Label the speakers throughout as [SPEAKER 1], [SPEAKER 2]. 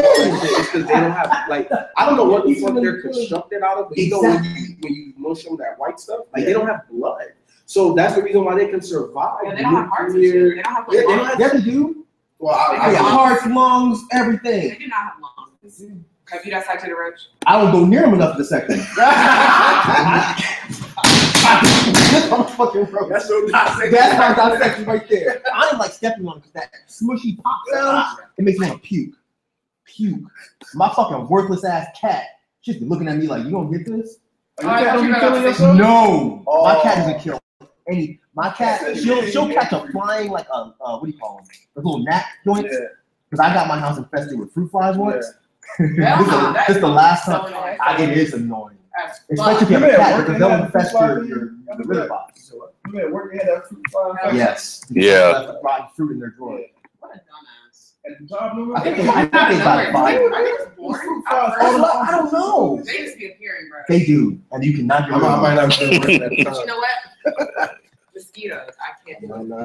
[SPEAKER 1] bullshit is because they don't have like I don't know what the fuck they're constructed out of, but you know when
[SPEAKER 2] Exactly.
[SPEAKER 1] you when you mushroom that white stuff, like they
[SPEAKER 2] Yeah.
[SPEAKER 1] don't have blood. So that's the reason why they can survive.
[SPEAKER 3] Yeah, they don't have hearts and
[SPEAKER 1] nuclear-
[SPEAKER 3] shit. They don't have
[SPEAKER 1] Yeah, they
[SPEAKER 3] lungs.
[SPEAKER 1] don't have-
[SPEAKER 2] Yes, they do.
[SPEAKER 1] Well, I, I,
[SPEAKER 2] I got hearts, lungs,
[SPEAKER 3] They
[SPEAKER 2] everything.
[SPEAKER 3] do not have lungs. Have you got sight to the roach?
[SPEAKER 2] I don't go near them enough to second. That's on fucking road.
[SPEAKER 1] that's so toxic.
[SPEAKER 2] That's my dissection right there. I ain't like stepping on it because that smushy pop sound, it makes me want to puke. Puke. My fucking worthless ass cat. She's been looking at me like, you don't get this?
[SPEAKER 1] Are you
[SPEAKER 3] Alright,
[SPEAKER 1] killing-
[SPEAKER 3] you
[SPEAKER 1] you
[SPEAKER 3] got
[SPEAKER 1] killing
[SPEAKER 3] it.
[SPEAKER 1] yourself?
[SPEAKER 2] No. My
[SPEAKER 1] Oh.
[SPEAKER 2] cat doesn't kill any. My cat, she'll, she'll catch a flying, like a, uh, what do you call them? Those little gnat joints.
[SPEAKER 1] Yeah.
[SPEAKER 2] Because I got my house infested with fruit flies once. this,
[SPEAKER 3] Hell
[SPEAKER 2] is
[SPEAKER 3] no,
[SPEAKER 2] the,
[SPEAKER 3] that
[SPEAKER 2] this the
[SPEAKER 3] is
[SPEAKER 2] last
[SPEAKER 3] so
[SPEAKER 2] time.
[SPEAKER 3] annoying.
[SPEAKER 2] I, it is annoying.
[SPEAKER 3] As
[SPEAKER 2] Especially
[SPEAKER 3] fuck.
[SPEAKER 2] if you have
[SPEAKER 4] You
[SPEAKER 2] a
[SPEAKER 4] been at
[SPEAKER 2] cat,
[SPEAKER 4] work
[SPEAKER 2] because
[SPEAKER 4] and
[SPEAKER 2] they'll
[SPEAKER 4] had
[SPEAKER 2] infest
[SPEAKER 4] fruit flies
[SPEAKER 2] your,
[SPEAKER 4] in
[SPEAKER 2] your,
[SPEAKER 4] your-
[SPEAKER 2] your litter box.
[SPEAKER 4] You at work, you had that fruit fly.
[SPEAKER 3] Yeah.
[SPEAKER 2] Yes.
[SPEAKER 5] Yeah.
[SPEAKER 2] Left with rotten fruit in their drawer.
[SPEAKER 3] What a dumbass.
[SPEAKER 4] At the job, remember?
[SPEAKER 2] I think they,
[SPEAKER 3] Come
[SPEAKER 2] I
[SPEAKER 3] on,
[SPEAKER 2] think they
[SPEAKER 3] out
[SPEAKER 2] got
[SPEAKER 3] of nowhere.
[SPEAKER 2] fired.
[SPEAKER 3] Are they just born?
[SPEAKER 4] I
[SPEAKER 2] I don't, I don't know.
[SPEAKER 3] They just be appearing, bro.
[SPEAKER 2] They do, and you cannot get
[SPEAKER 1] I
[SPEAKER 2] rid
[SPEAKER 1] might- I might
[SPEAKER 2] of them.
[SPEAKER 1] not be able to work
[SPEAKER 3] But you know what? Mosquitoes. I can't do it.
[SPEAKER 2] That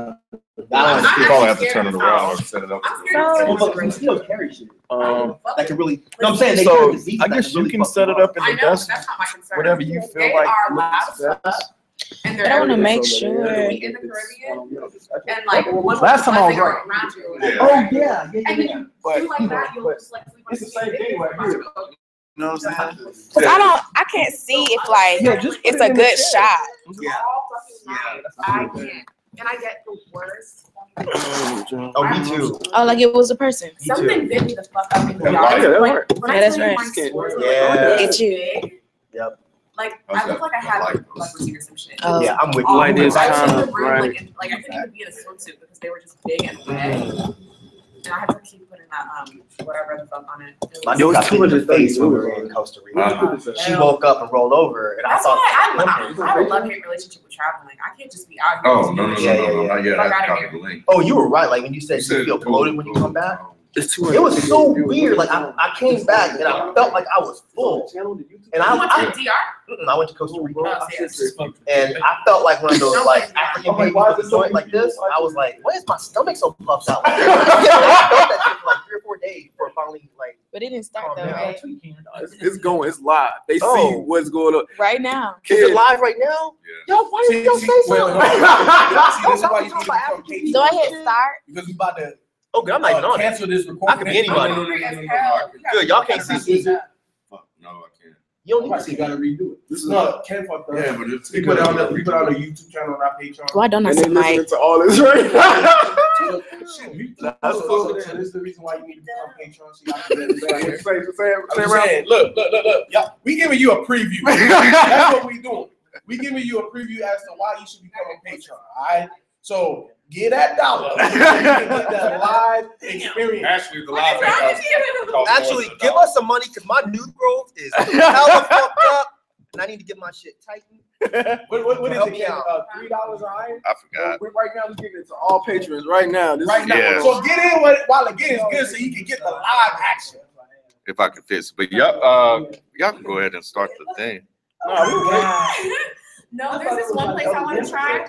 [SPEAKER 3] I'm
[SPEAKER 2] was-
[SPEAKER 3] not-
[SPEAKER 5] Probably have to
[SPEAKER 3] scared
[SPEAKER 5] turn
[SPEAKER 3] of
[SPEAKER 5] it
[SPEAKER 3] the
[SPEAKER 5] around
[SPEAKER 3] house.
[SPEAKER 5] and set it up.
[SPEAKER 3] I'm
[SPEAKER 5] to-
[SPEAKER 3] scared
[SPEAKER 2] Well,
[SPEAKER 3] of the
[SPEAKER 2] but
[SPEAKER 3] room.
[SPEAKER 2] they still carry shit.
[SPEAKER 3] I don't give a
[SPEAKER 2] Um,
[SPEAKER 3] fuck.
[SPEAKER 2] that can really. No, I'm saying they carry
[SPEAKER 5] So
[SPEAKER 2] diseases
[SPEAKER 5] I
[SPEAKER 2] that
[SPEAKER 5] guess you
[SPEAKER 2] really
[SPEAKER 5] can
[SPEAKER 2] fuck
[SPEAKER 5] set it
[SPEAKER 2] up.
[SPEAKER 5] up in
[SPEAKER 3] I
[SPEAKER 5] the
[SPEAKER 3] know,
[SPEAKER 5] best,
[SPEAKER 3] that's not my concern.
[SPEAKER 5] whatever you
[SPEAKER 3] They
[SPEAKER 5] feel like.
[SPEAKER 3] are
[SPEAKER 5] looks
[SPEAKER 3] loud
[SPEAKER 5] best.
[SPEAKER 3] And
[SPEAKER 6] I
[SPEAKER 3] they're
[SPEAKER 6] wanna
[SPEAKER 3] everywhere.
[SPEAKER 6] make
[SPEAKER 3] in
[SPEAKER 6] sure.
[SPEAKER 3] the
[SPEAKER 1] um,
[SPEAKER 3] Caribbean, and like one
[SPEAKER 5] Last time I was
[SPEAKER 3] they are
[SPEAKER 5] right.
[SPEAKER 3] around you.
[SPEAKER 5] Yeah.
[SPEAKER 2] Oh yeah, yeah,
[SPEAKER 3] And
[SPEAKER 2] yeah.
[SPEAKER 3] then
[SPEAKER 2] yeah.
[SPEAKER 3] you
[SPEAKER 5] But,
[SPEAKER 3] do like
[SPEAKER 5] you
[SPEAKER 3] that,
[SPEAKER 5] know,
[SPEAKER 3] you'll
[SPEAKER 5] but
[SPEAKER 3] just like sleep on
[SPEAKER 1] it's the same thing right
[SPEAKER 3] the
[SPEAKER 1] here.
[SPEAKER 3] couch.
[SPEAKER 5] You know what I'm saying?
[SPEAKER 6] Cause I don't, I can't see if like
[SPEAKER 2] Yeah, just put
[SPEAKER 6] it's
[SPEAKER 2] it
[SPEAKER 6] a
[SPEAKER 2] in the
[SPEAKER 6] good
[SPEAKER 2] chat.
[SPEAKER 6] shot.
[SPEAKER 3] It's
[SPEAKER 1] Yeah.
[SPEAKER 3] all fucking night. I can't, and I get the worst.
[SPEAKER 2] Oh, me too.
[SPEAKER 6] Oh, like it was a person.
[SPEAKER 2] Me too.
[SPEAKER 3] Something bit me the fuck up in the
[SPEAKER 1] Yeah,
[SPEAKER 3] yard.
[SPEAKER 5] that's
[SPEAKER 3] Like,
[SPEAKER 5] right.
[SPEAKER 3] when I
[SPEAKER 6] Yeah, that's
[SPEAKER 3] tell you
[SPEAKER 6] right.
[SPEAKER 3] my sores were, like,
[SPEAKER 2] Yeah.
[SPEAKER 3] all
[SPEAKER 6] Get you.
[SPEAKER 3] big,
[SPEAKER 2] Yep.
[SPEAKER 3] Like I
[SPEAKER 5] Okay.
[SPEAKER 3] look like I
[SPEAKER 5] I
[SPEAKER 3] had like
[SPEAKER 5] like those.
[SPEAKER 3] leprosy or some shit.
[SPEAKER 6] Oh.
[SPEAKER 2] Yeah, I'm with
[SPEAKER 3] All
[SPEAKER 2] you.
[SPEAKER 3] over.
[SPEAKER 7] this
[SPEAKER 3] I was in
[SPEAKER 7] kind
[SPEAKER 3] the
[SPEAKER 7] of-
[SPEAKER 3] room,
[SPEAKER 7] right.
[SPEAKER 3] like, in- like I couldn't even be in a swimsuit because they were just big and
[SPEAKER 2] Mm-hmm.
[SPEAKER 3] wet. And I had to keep putting that um whatever the fuck on it. It
[SPEAKER 2] My
[SPEAKER 3] was-
[SPEAKER 2] dude got
[SPEAKER 1] It
[SPEAKER 2] hit in
[SPEAKER 1] was
[SPEAKER 2] the face
[SPEAKER 1] 230
[SPEAKER 2] when we were in Costa Rica.
[SPEAKER 5] Uh-huh.
[SPEAKER 2] She woke up and rolled over, and I
[SPEAKER 3] That's
[SPEAKER 2] thought.
[SPEAKER 3] why I,
[SPEAKER 2] limp.
[SPEAKER 3] I, I have a love hate relationship with traveling. Like, I can't just be out here.
[SPEAKER 5] Oh, no, no, no,
[SPEAKER 2] Yeah, yeah,
[SPEAKER 5] no, no, not yet.
[SPEAKER 3] Fuck
[SPEAKER 5] I have to
[SPEAKER 3] outta
[SPEAKER 5] copy the link.
[SPEAKER 2] Oh, you were right. Like when you said
[SPEAKER 5] You
[SPEAKER 2] you
[SPEAKER 5] said
[SPEAKER 2] feel
[SPEAKER 5] go-
[SPEAKER 2] bloated when you
[SPEAKER 5] go-
[SPEAKER 2] come back.
[SPEAKER 7] It's too
[SPEAKER 2] It was so weird. Like I, I came back and I felt like I was full. And
[SPEAKER 3] You went
[SPEAKER 2] I,
[SPEAKER 3] to the DR?
[SPEAKER 2] I, mm-mm, I went to Costa Rica.
[SPEAKER 7] much.
[SPEAKER 2] And I felt like one of those like African babies with a joint like this. I was like, why is my stomach so puffed out? I felt that shit for like three or four days before finally like
[SPEAKER 6] But it didn't start though,
[SPEAKER 2] Oh, man.
[SPEAKER 6] right?
[SPEAKER 7] It's, it's going. It's live. They
[SPEAKER 2] Oh.
[SPEAKER 7] see what's going on.
[SPEAKER 6] Right now.
[SPEAKER 2] is it live right now? Yo, why didn't y'all say something?
[SPEAKER 1] this is why you need
[SPEAKER 2] Y'all talking
[SPEAKER 1] to
[SPEAKER 2] about
[SPEAKER 1] become
[SPEAKER 2] African
[SPEAKER 1] patient.
[SPEAKER 6] Do I hit start?
[SPEAKER 1] Because we about to
[SPEAKER 2] Okay, Oh, I'm not even on it.
[SPEAKER 1] cancel this
[SPEAKER 2] I could be anybody.
[SPEAKER 1] No, no, no, no, no, no, no.
[SPEAKER 2] Good, y'all can't see shit.
[SPEAKER 5] Fuck, No, I can't.
[SPEAKER 2] You don't
[SPEAKER 1] Right,
[SPEAKER 2] need to
[SPEAKER 1] so you
[SPEAKER 2] see
[SPEAKER 1] gotta redo it.
[SPEAKER 7] This is
[SPEAKER 1] No, can't fuck that.
[SPEAKER 5] Yeah, but it's.
[SPEAKER 1] We put out, we put out a YouTube channel on our Patreon.
[SPEAKER 6] Why don't I
[SPEAKER 7] and
[SPEAKER 6] see
[SPEAKER 7] they
[SPEAKER 6] my?
[SPEAKER 7] listening to all this right now.
[SPEAKER 1] Shit, we-
[SPEAKER 7] That's
[SPEAKER 1] so
[SPEAKER 7] cool.
[SPEAKER 1] this is the reason why you need to become Patreon. so y'all can get
[SPEAKER 7] Say-
[SPEAKER 1] better.
[SPEAKER 7] say- say- say
[SPEAKER 1] I'm
[SPEAKER 7] around.
[SPEAKER 1] saying, look, look, look, look, y'all, we giving you a preview. That's what we doing. We giving you a preview as to why you should become a Patreon, all right? So get that dollar. so you can Get that live experience.
[SPEAKER 5] Actually, the
[SPEAKER 3] What is wrong with you?
[SPEAKER 2] Actually, give us some money because my new growth is hella fucked up, and I need to get my shit tightened.
[SPEAKER 1] What, what, what is
[SPEAKER 2] Help
[SPEAKER 1] it,
[SPEAKER 2] me
[SPEAKER 1] Ken?
[SPEAKER 2] out.
[SPEAKER 1] Uh, three dollars an hour?
[SPEAKER 5] I forgot.
[SPEAKER 7] We're right now we're giving it to all patrons right now. This
[SPEAKER 1] Right now.
[SPEAKER 5] Yeah.
[SPEAKER 1] So get in while, while again is good so you can get the live action.
[SPEAKER 5] If I could fit, but y'all, uh, y'all can go ahead and start the thing.
[SPEAKER 7] No, we were-
[SPEAKER 3] No, there's this one place I want to try,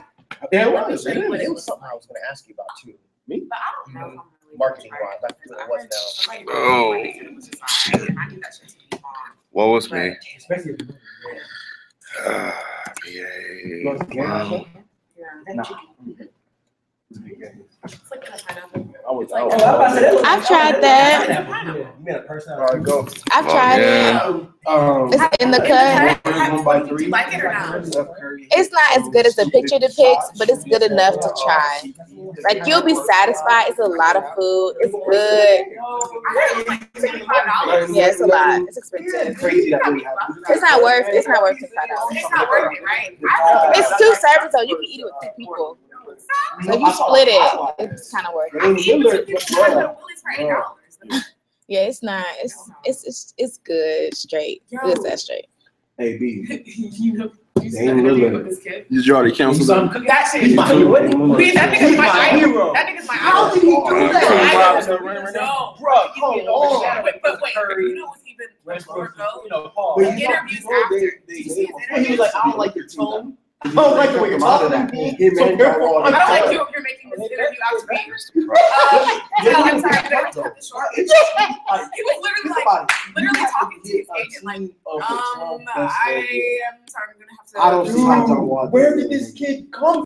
[SPEAKER 1] Yeah,
[SPEAKER 3] Let me show you what it
[SPEAKER 2] It was
[SPEAKER 3] looks
[SPEAKER 2] something I was gonna ask you about too,
[SPEAKER 3] but I don't know. if I'm really
[SPEAKER 2] marketing
[SPEAKER 3] gonna try
[SPEAKER 2] wise. I feel it was now.
[SPEAKER 3] Somebody
[SPEAKER 5] Oh.
[SPEAKER 3] told me it was just all right, and I knew that shit to be on.
[SPEAKER 5] What was me?
[SPEAKER 1] Especially if
[SPEAKER 5] Ah, yay. Wow.
[SPEAKER 3] Yeah. It's like a pineapple.
[SPEAKER 7] I was-
[SPEAKER 3] It's
[SPEAKER 7] I
[SPEAKER 3] like-
[SPEAKER 7] was-
[SPEAKER 6] I've tried that.
[SPEAKER 1] You meant a person.
[SPEAKER 7] All right, go.
[SPEAKER 6] I've
[SPEAKER 5] Oh,
[SPEAKER 6] tried
[SPEAKER 5] yeah.
[SPEAKER 6] it.
[SPEAKER 1] Um,
[SPEAKER 6] It's in the
[SPEAKER 3] It's
[SPEAKER 6] cut.
[SPEAKER 3] cut.
[SPEAKER 1] One by three.
[SPEAKER 3] Do you like it or not?
[SPEAKER 6] It's not as good as the picture depicts, but it's good enough to try. Like you'll be satisfied. It's a lot of food. It's good.
[SPEAKER 3] I heard it was like twenty-five dollars.
[SPEAKER 6] Yeah, it's a lot. It's expensive.
[SPEAKER 1] Crazy that really happened.
[SPEAKER 6] It's not worth. It's not worth the five dollars.
[SPEAKER 3] It's not worth it, right?
[SPEAKER 6] It's two servings though. You can eat it with two people. So if you split it, it's kind of worth. it.
[SPEAKER 3] I can eat with two people. I go to Woolies for eight dollars.
[SPEAKER 6] Yeah, it's not. It's it's it's it's good straight. Good that straight.
[SPEAKER 1] Hey, B.
[SPEAKER 3] You know,
[SPEAKER 1] They
[SPEAKER 3] you
[SPEAKER 1] ain't
[SPEAKER 3] spend a day
[SPEAKER 1] living.
[SPEAKER 3] with this kid.
[SPEAKER 7] You already canceled. them.
[SPEAKER 3] That shit.
[SPEAKER 1] my hero.
[SPEAKER 3] Bitch, that nigga's my idol.
[SPEAKER 1] hero.
[SPEAKER 3] That nigga's my
[SPEAKER 1] How
[SPEAKER 3] idol.
[SPEAKER 1] did he do
[SPEAKER 5] Bro,
[SPEAKER 1] that?
[SPEAKER 3] No.
[SPEAKER 1] Bro, come on.
[SPEAKER 3] Wait, but wait, you know what's even worse for
[SPEAKER 1] You
[SPEAKER 3] those?
[SPEAKER 1] know, Paul.
[SPEAKER 2] But
[SPEAKER 3] you know-
[SPEAKER 1] Interviews after.
[SPEAKER 3] When he was like,
[SPEAKER 1] I don't like your tone.
[SPEAKER 2] I don't like the way you're talking to me.
[SPEAKER 1] So therefore,
[SPEAKER 3] I
[SPEAKER 1] I'm
[SPEAKER 3] don't like
[SPEAKER 1] tired.
[SPEAKER 3] you if you're making this interview out to be.
[SPEAKER 5] Here's the problem.
[SPEAKER 3] Uh, no, I'm sorry, I cut this short. He was literally like,
[SPEAKER 1] magazine?
[SPEAKER 3] Um,
[SPEAKER 1] of-
[SPEAKER 3] I am sorry, I'm gonna have to.
[SPEAKER 1] I don't see how
[SPEAKER 2] Dude,
[SPEAKER 1] John Wall-
[SPEAKER 2] Where did this kid come